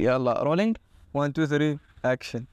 يلا رولينج 1 2 3 اكشن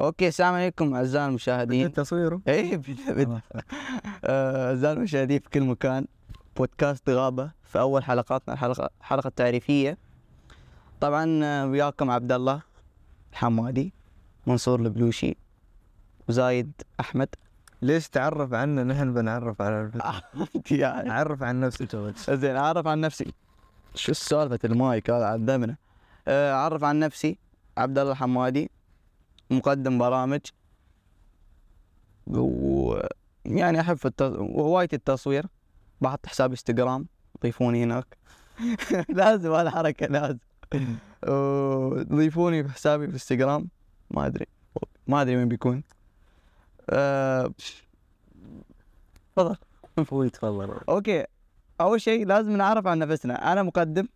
اوكي السلام عليكم اعزائي إيه. المشاهدين تصويره ايه بد- بد- آه، اعزائي المشاهدين في كل مكان بودكاست غابه في اول حلقاتنا الحلقه الحلقه التعريفيه طبعا آه، وياكم عبد الله الحمادي منصور البلوشي وزايد احمد ليش تعرف عنا نحن بنعرف على يعني عرف عن نفسك زين اعرف عن نفسي شو سالفه المايك هذا عدمنا آه، اعرف عن نفسي عبد الله الحمادي مقدم برامج و يعني احب في التص... وهوايتي التصوير بحط حساب انستغرام ضيفوني هناك لازم هالحركه لازم و- ضيفوني في حسابي في انستغرام ما ادري ما ادري وين بيكون آه، تفضل اخوي تفضل اوكي اول شيء لازم نعرف عن نفسنا انا مقدم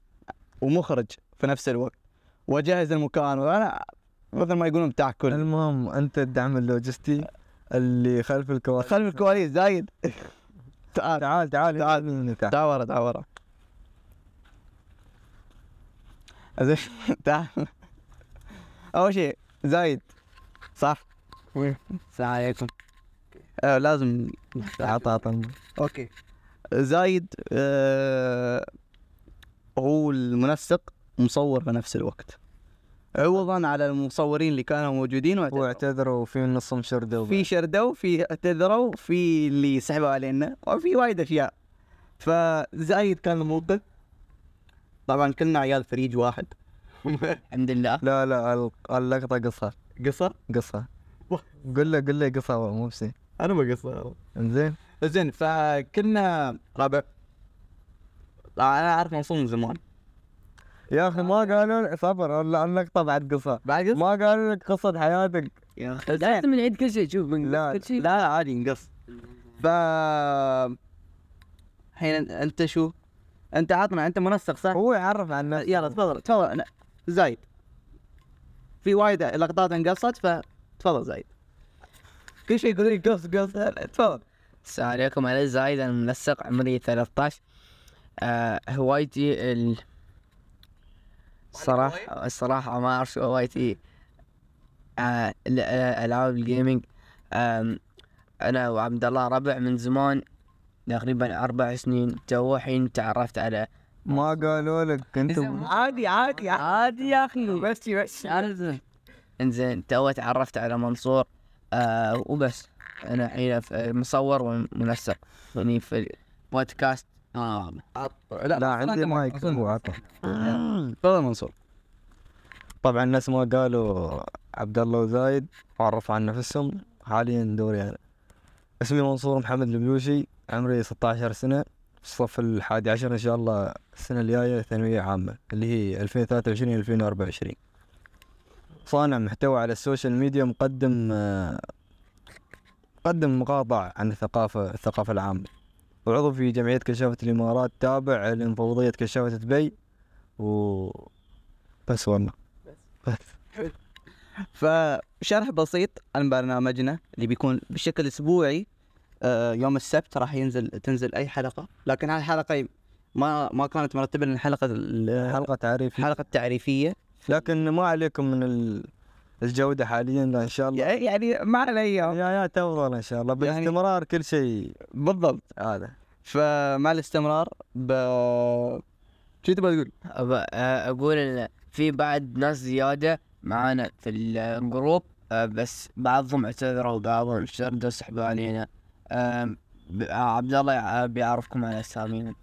ومخرج في نفس الوقت واجهز المكان وانا مثل ما يقولون بتاع كل المهم انت الدعم اللوجستي اللي خلف الكواليس خلف الكواليس زايد تعال تعال تعال تعال تعال تعال ورا تعال ورا زين تعال اول شيء زايد صح السلام عليكم آه لازم عطا عطا اوكي زايد آه هو المنسق مصور في نفس الوقت عوضا على المصورين اللي كانوا موجودين واعتذروا واعتذروا في نص مشردة في شردوا في اعتذروا في اللي سحبوا علينا وفي وايد اشياء فزايد كان الموقف طبعا كلنا عيال فريج واحد الحمد لله لا لا ال- اللقطة قصها قصر قصها قل له قل له قصها هو مو بسي انا ما قصر انزين زين فكنا ربع طبعاً انا اعرف منصور من زمان يا اخي ما قالوا لك- صبر ال- اللقطة بعد قصها بعد ما قالوا لك قصة حياتك يا اخي لازم من عيد كل شيء شوف من لا، كل شيء لا عادي نقص ف الحين انت شو؟ انت عطنا انت منسق صح؟ هو يعرف عن نفسه يلا تفضل تفضل أنا- زايد في وايد لقطات انقصت فتفضل زايد كل شيء يقول لي قص قص تفضل السلام عليكم انا زايد انا منسق عمري 13 آه هوايتي ال الصراحة الصراحة ما اعرف شو هوايتي آه ال- آه، العاب الجيمنج آم، انا وعبد الله ربع من زمان تقريبا اربع سنين تو الحين تعرفت على ما قالوا لك انتم عادي عادي عادي يا اخي بس بس انزين تو تعرفت على منصور آه وبس انا الحين ف- مصور ومنسق يعني في البودكاست آه. لا عندي مايك هو عطى تفضل منصور طبعا الناس ما قالوا عبد الله وزايد عرف عن نفسهم حاليا دوري انا اسمي منصور محمد البلوشي عمري 16 سنة في الصف الحادي عشر ان شاء الله السنة الجاية ثانوية عامة اللي هي 2023 2024 صانع محتوى على السوشيال ميديا مقدم آه، مقدم مقاطع عن الثقافة الثقافة العامة وعضو في جمعية كشافة الإمارات تابع لمفوضية كشافة دبي و بس والله فشرح بسيط عن برنامجنا اللي بيكون بشكل اسبوعي آه، يوم السبت راح ينزل تنزل اي حلقه لكن هالحلقه ما ما كانت مرتبه لان الحلقه الحلقه حلقة تعريفية التعريفيه لكن ما عليكم من ال- الجودة حاليا لا ان شاء الله يع- يعني ما علي يا يا تفضل ان شاء الله يعني- باستمرار كل شيء بالضبط هذا فمع الاستمرار ب شو تبغى تقول؟ أب- آه، اقول ان في بعد ناس زياده معانا في الجروب آه بس بعضهم اعتذروا وبعضهم شردوا سحبوا علينا آه عبد الله يع- بيعرفكم على اسامينا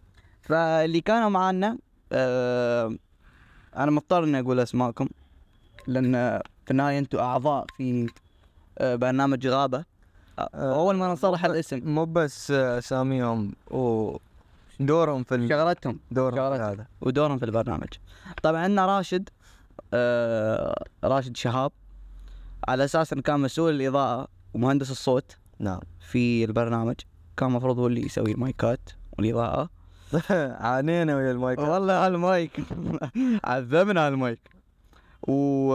فاللي كانوا معانا آه انا مضطر اني اقول اسماءكم لان في النهايه انتم اعضاء في آه برنامج غابه آه، اول ما نصلح الاسم مو بس اساميهم ودورهم في ال- شغلتهم دورهم شغلات. في هذا ودورهم في البرنامج طبعا عندنا راشد آه راشد شهاب على اساس انه كان مسؤول الاضاءه ومهندس الصوت نعم في البرنامج كان المفروض هو اللي يسوي المايكات والاضاءه عانينا ويا المايك والله على المايك عذبنا على المايك و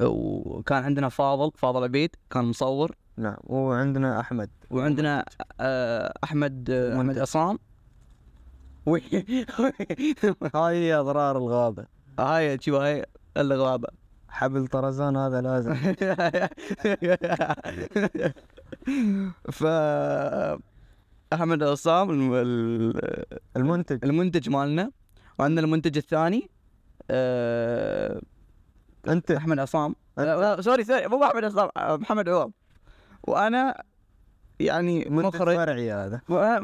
وكان عندنا فاضل فاضل عبيد كان مصور نعم وعندنا احمد وعندنا آه، احمد آه، احمد عصام هاي اضرار الغابه هاي شوف هاي الغابة حبل طرزان هذا لازم ف احمد عصام الم- ال- المنتج المنتج مالنا وعندنا المنتج الثاني آه، انت احمد عصام لا، لا، سوري سوري مو احمد عصام آه، محمد عوض وانا يعني منتج مخرج فرعي هذا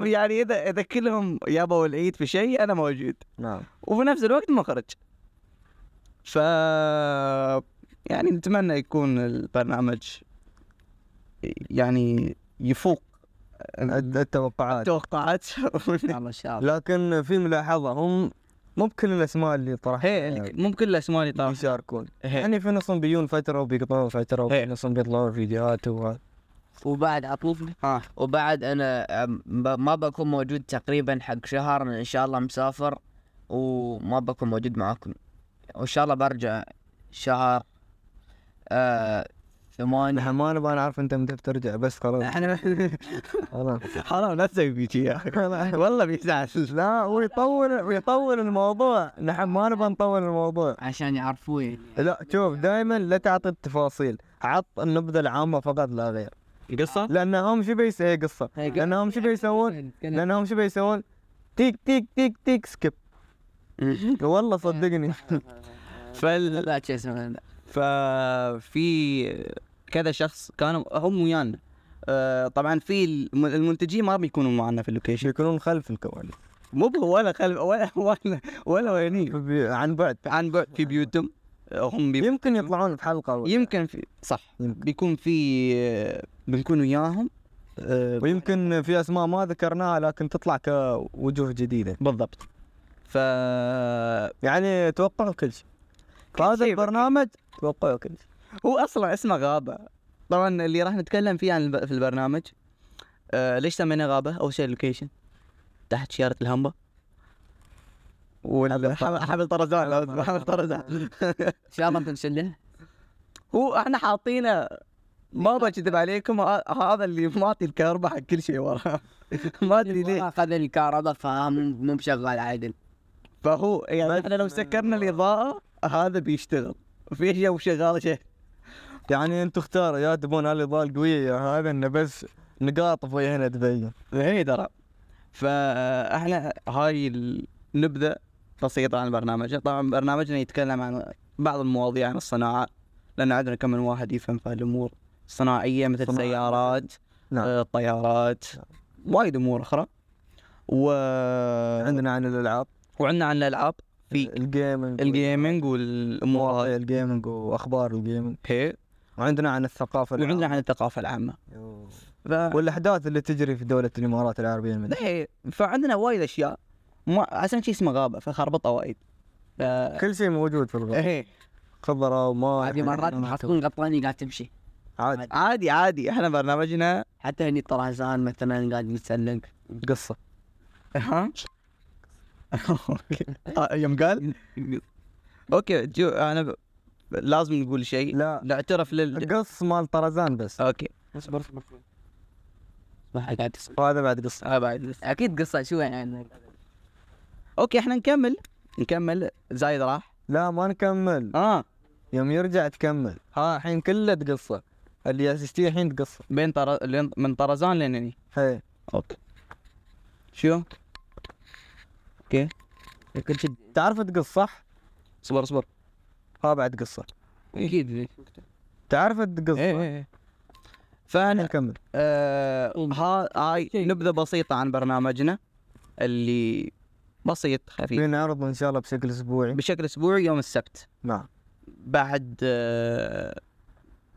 يعني اذا اذا كلهم يابوا العيد في شيء انا موجود نعم وفي نفس الوقت مخرج ف يعني نتمنى يكون البرنامج يعني يفوق الد- التوقعات توقعات الله شاف لكن في ملاحظه هم مو بكل الاسماء اللي هي طرحها ال- ممكن الاسماء اللي طرح يشاركون هي. يعني في نصهم بيجون فتره وبيقطعون فتره هي. وفي نصهم بيطلعون فيديوهات و وبعد عطوفني ها وبعد انا أم، ب- ما بكون موجود تقريبا حق شهر أنا ان شاء الله مسافر وما بكون موجود معاكم وان شاء الله برجع شهر آه ثمانية ما نبغى نعرف انت متى بترجع بس خلاص احنا خلاص حرام لا تسوي فيك يا اخي والله بيزعل لا ويطول ويطول الموضوع نحن ما نبغى نطول الموضوع عشان يعرفوه لا شوف دائما لا تعطي التفاصيل عط النبذه العامه فقط لا غير قصة لانهم شو بيسوي هي قصه هي قصة. لانهم شو بيسوون لانهم شو بيسوون تيك تيك تيك تيك سكيب والله صدقني فال لا شو اسمه هذا. ففي كذا شخص كانوا هم ويانا آه، طبعا في الم- المنتجين ما بيكونوا معنا في اللوكيشن يكونون خلف الكواليس مو ب- ولا خلف ولا ولا ولا ويني بي- عن بعد عن بعد في بيوتهم آه، هم بي... يمكن يطلعون في حلقه ولا- يمكن في صح يمكن. بيكون في آه، بنكون وياهم آه، ويمكن في اسماء ما ذكرناها لكن تطلع كوجوه جديده بالضبط ف يعني توقعوا كل شيء فهذا شيء البرنامج توقعوا كل شيء هو اصلا اسمه غابه طبعا اللي راح نتكلم فيه عن الب... في البرنامج آه ليش سميناه غابه اول شيء اللوكيشن تحت شياره الهمبه وال حب- حبل طرزان لو اسمه، حبل طرزان ان شاء الله بنشله هو احنا حاطينه ما بكذب عليكم ه- هذا اللي معطي الكهرباء حق كل شيء وراه ما ادري ليه اخذ الكهرباء فمو مشغل عادل فهو يعني احنا لو سكرنا الاضاءه هذا بيشتغل في اشياء شغاله شيء يعني انتم اختاروا يا تبون هالاضاءه القويه يا هذا انه بس نقاط فوق هنا تبين اي يعني ترى فاحنا هاي ال- نبذه بسيطه عن برنامجنا طبعا برنامجنا يتكلم عن بعض المواضيع عن الصناعه لان عندنا كم من واحد يفهم في الامور الصناعيه مثل صناعة. السيارات نعم. آه، الطيارات وايد امور اخرى و عندنا عن الالعاب وعندنا عن الالعاب في الجيمنج الجيمنج والامور مواضيع هاي الجيمنج واخبار الجيمنج هي. وعندنا عن الثقافه وعندنا عن الثقافه العامه العامة. ف... والاحداث اللي تجري في دوله الامارات العربيه المتحده دحين فعندنا وايد اشياء ما عشان شي اسمه غابه فخربطه وايد ف... كل شيء موجود في الغرب ايه خضراء وما هذه مرات تكون غطاني قاعد تمشي عادي عادي عادي احنا برنامجنا حتى هني طرزان مثلا قاعد يتسلق قصه ها أوكي. آه، يوم قال اوكي جو انا ب... لازم نقول شيء لا نعترف لل قص مال طرزان بس اوكي اصبر اصبر ما قاعد تسمع وهذا بعد قصه آه بعد لسه. اكيد قصه شو يعني اوكي احنا نكمل نكمل زايد راح لا ما نكمل اه يوم يرجع تكمل ها الحين كله تقصه اللي اسستيه الحين تقصه بين طر... لين- من طرزان لنني هي اوكي شو كل شيء تعرف تقص صح؟ صبر صبر ها بعد قصه اكيد تعرف تقص ايه صح؟ ايه ايه. فانا نكمل آه ها هاي نبذه بسيطه عن برنامجنا اللي بسيط خفيف بنعرضه ان شاء الله بشكل اسبوعي بشكل اسبوعي يوم السبت نعم بعد آه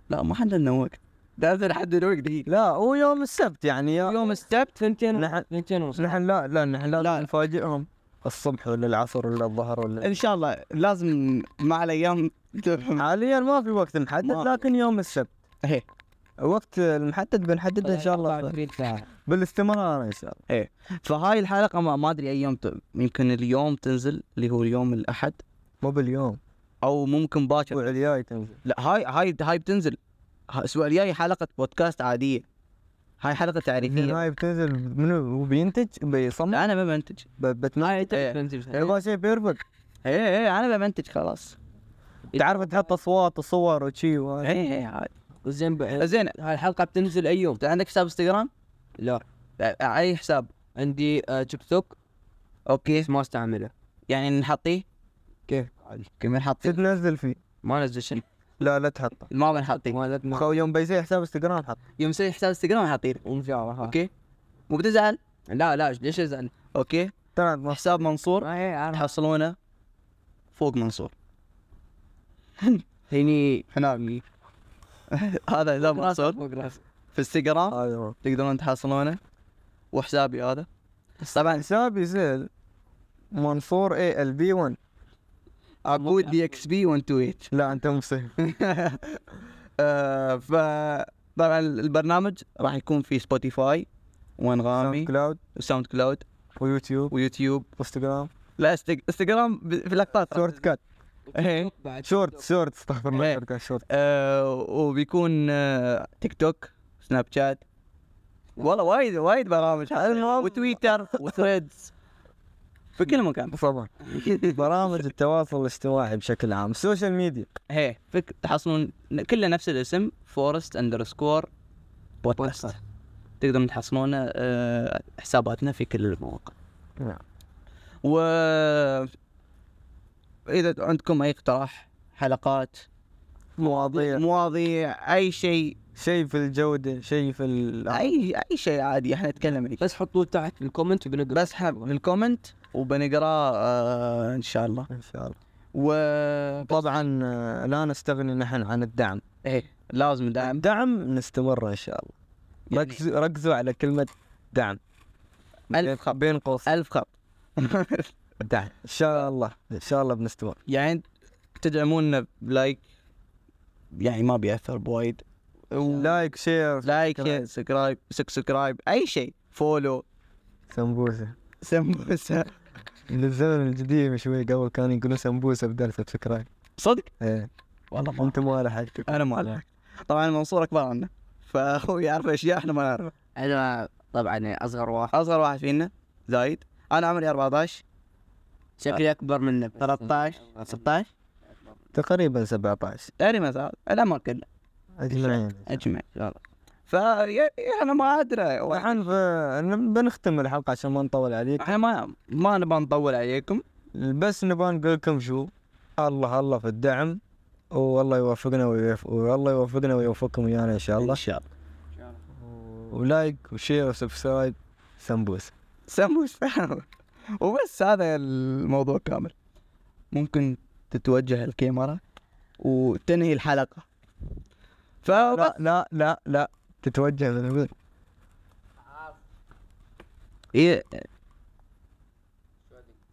لا ما حددنا وقت لازم نحدد وقت دقيقه لا هو يوم السبت يعني يا يوم السبت ونص. ثنتين نحن ثنتين ونص نحن لا لا نحن لا. إيه. لا نفاجئهم الصبح ولا العصر ولا الظهر ولا ان شاء الله لازم مع الايام تفهم. حاليا ما في وقت ما محدد في لكن يوم السبت إيه. الوقت المحدد بنحدده ان شاء الله 24 ساعه بالاستمرار ان شاء الله فهاي الحلقه ما, ما ادري اي يوم ت... يمكن اليوم تنزل اللي هو اليوم الاحد مو باليوم او ممكن باكر الاسبوع الجاي تنزل لا هاي هاي هاي بتنزل ها- الاسبوع الجاي حلقه بودكاست عاديه هاي حلقه من تعريفيه هاي بتنزل منو هو بينتج بيصمم لا انا ما بنتج بتنزل إيه. يبغى شيء بيرفكت اي اي انا إيه، ما بنتج خلاص إيه، تعرف تحط اصوات وصور وشي وهذا. اي اي عادي وزين ب- زين هاي الحلقه بتنزل اي يوم انت عندك حساب انستغرام؟ لا ع- اي حساب عندي آه، تيك توك اوكي بس ما استعمله يعني نحطيه كيف؟ كيف نحطيه؟ تنزل فيه ما نزل شيء لا لا تحطه ما بنحطيه ما لك خو يوم بيسوي حساب انستغرام حط يوم مسوي حساب انستغرام نحطيه ان شاء الله ها. اوكي مو بتزعل لا لا ليش ازعل؟ اوكي طلعت ما حساب منصور ما انا تحصلونه فوق منصور هني حنابني هذا حساب منصور فوق راسي في انستغرام هذا هو. تقدرون تحصلونه وحسابي هذا طبعا حسابي زين منصور اي ال بي 1 عبود دي اكس بي 128 لا انت مو صحيح آه، ف طبعا البرنامج راح يكون في سبوتيفاي وانغامي كلاود وساوند كلاود ويوتيوب ويوتيوب وانستغرام لا إنستغ- انستغرام ب- في لقطات شورت كات إيه. بعد شورت شورت استغفر الله إيه. شورت كات شورت آه، وبيكون آه، تيك توك سناب شات والله وايد وايد برامج وتويتر وثريدز في كل مكان طبعا برامج التواصل الاجتماعي بشكل عام السوشيال ميديا هي فك تحصلون كله نفس الاسم فورست اندرسكور بودكاست بودكاست. تقدرون تحصلون آه، حساباتنا في كل المواقع نعم. و اذا عندكم اي اقتراح حلقات مواضيع مواضيع اي شيء شيء في الجوده شيء في ال... اي اي شيء عادي احنا نتكلم عليه نعم. بس حطوه تحت الكومنت وبنقرا بس احنا بالكومنت وبنقراه آه، ان شاء الله ان شاء الله و طبعا آه، لا نستغني نحن عن الدعم ايه لازم دعم الدعم آه، نستمر ان شاء الله يعني- ركزوا ركزوا على كلمه دعم ألف بين- بين قوسين الف خط دعم ان شاء الله ان شاء الله بنستمر يعني تدعمونا بلايك يعني ما بيأثر بوايد لايك شير لايك سبسكرايب سبسكرايب اي شيء فولو سمبوسه سمبوسه للزمن القديم شوي قبل كانوا يقولون سمبوسه بدل سبسكرايب صدق ايه والله ما انت ما لحقتك انا ما أدري. طبعا منصور اكبر عنا فهو يعرف اشياء احنا ما نعرفها انا طبعا اصغر واحد اصغر واحد فينا زايد انا عمري 14 شكلي اكبر منه 13 16 تقريبا 17 تقريبا صار العمر كله اجمعين اجمع ان شاء الله فيا انا ما ادري وإحنا- الحين ف- بنختم الحلقه عشان ما نطول عليك احنا ما ما نبغى نطول عليكم بس نبغى نقول لكم شو الله الله في الدعم والله يوفقنا ويوفق والله يوفقنا ويوفقكم ويانا ان شاء ان الله شاء الله ولايك وشير وسبسكرايب سمبوس سموش وبس هذا الموضوع كامل ممكن تتوجه الكاميرا وتنهي الحلقه لا فبس لا لا لا تتوجه من إيه.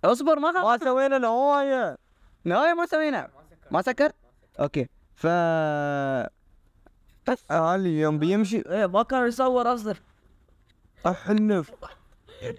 اصبر ما خلص. سوينا نوايا لا ما سوينا ما سكر اوكي ف بس علي آه، يوم بيمشي إيه. ايه ما كان يصور اصلا احلف